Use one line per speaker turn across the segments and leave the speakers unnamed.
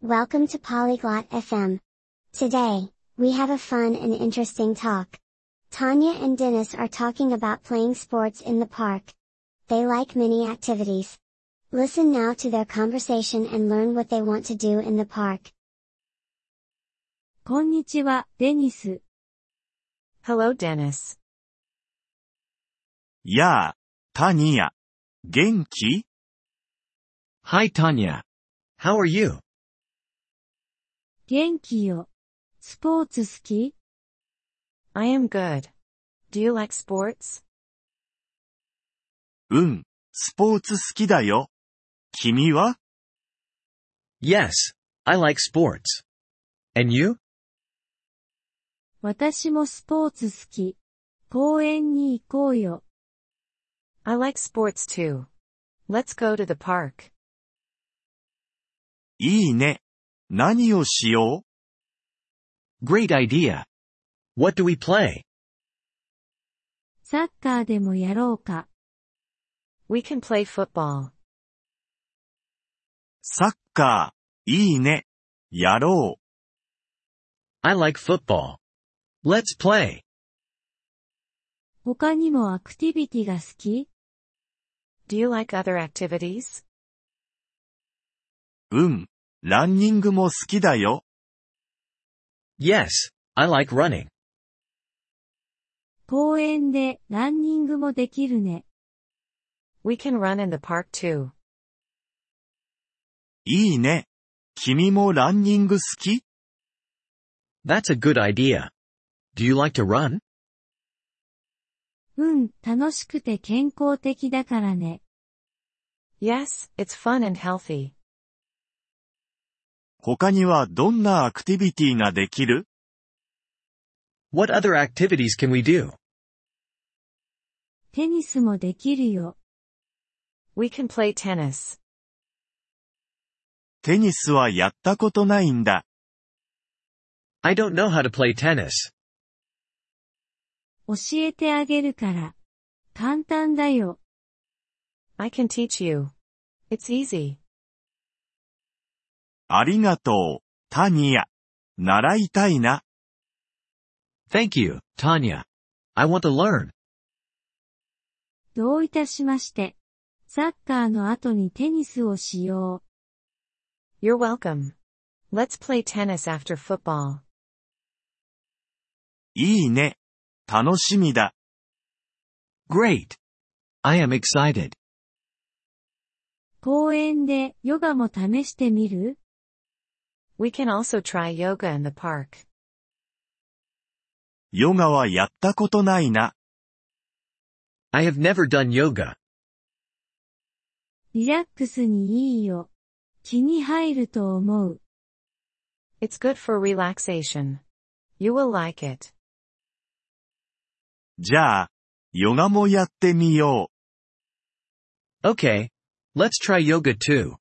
Welcome to Polyglot FM. Today, we have a fun and interesting talk. Tanya and Dennis are talking about playing sports in the park. They like many activities. Listen now to their conversation and learn what they want to do in the park.
こんにちは、デニス。
Hello, Dennis.
やあ、タニヤ。元気
Hi Tanya. How are you?
元気よ。スポーツ好き
I am good. Do you like sports?
うん、スポーツ好きだよ。君は
Yes, I like sports. And you?
私もスポーツ好き。公園に行こうよ。
I like sports too. Let's go to the park.
いいね。何をしよ
Great idea. What do we play?
サッカーでもやろうか。
We can play football.
うサッカー。いいね。やろ
I like football. Let's play.
他にもアクティビティが好き
Do you like other activities?
う。うん、ランニングも好きだよ。
Yes, I like running.
公園でランニングもできるね。
We can run in the park too.
いいね。君もランニング好き
That's a good idea. Do you like to run?
うん、楽しくて健康的だからね。
Yes, it's fun and healthy.
他にはどんなアクティビティができる
What other activities can we do?
テニスもできるよ。
We can play tennis.
テニスはやったことないんだ。
I don't know how to play tennis.
教えてあげるから。簡単だよ。
I can teach you. It's easy.
ありがとう、タニヤ。習いたいな。
Thank you, Tanya. I want to learn.
どういたしまして。サッカーの後にテニスをしよう。
You're welcome. Let's play tennis after football.
いいね。楽しみだ。
Great. I am excited.
公園でヨガも試してみる
We can also try yoga in the park.
ヨガはやったことないな。
I have never done yoga.
リラックスにいいよ。気に入ると思う。
It's good for relaxation. You will like it.
じゃあ、ヨガもやってみよ
Okay. Let's try yoga too.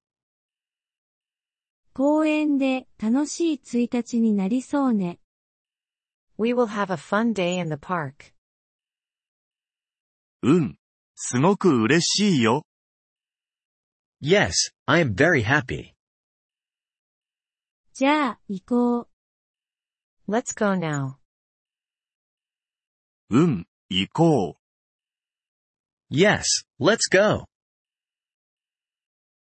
公園で楽しい1日になりそうね。
We will have a fun day in the park.
う。うん。すごく嬉しいよ。
Yes, I am very happy.
じゃあ、行こう。
Let's go now.
うん、行こう。
Yes, let's go.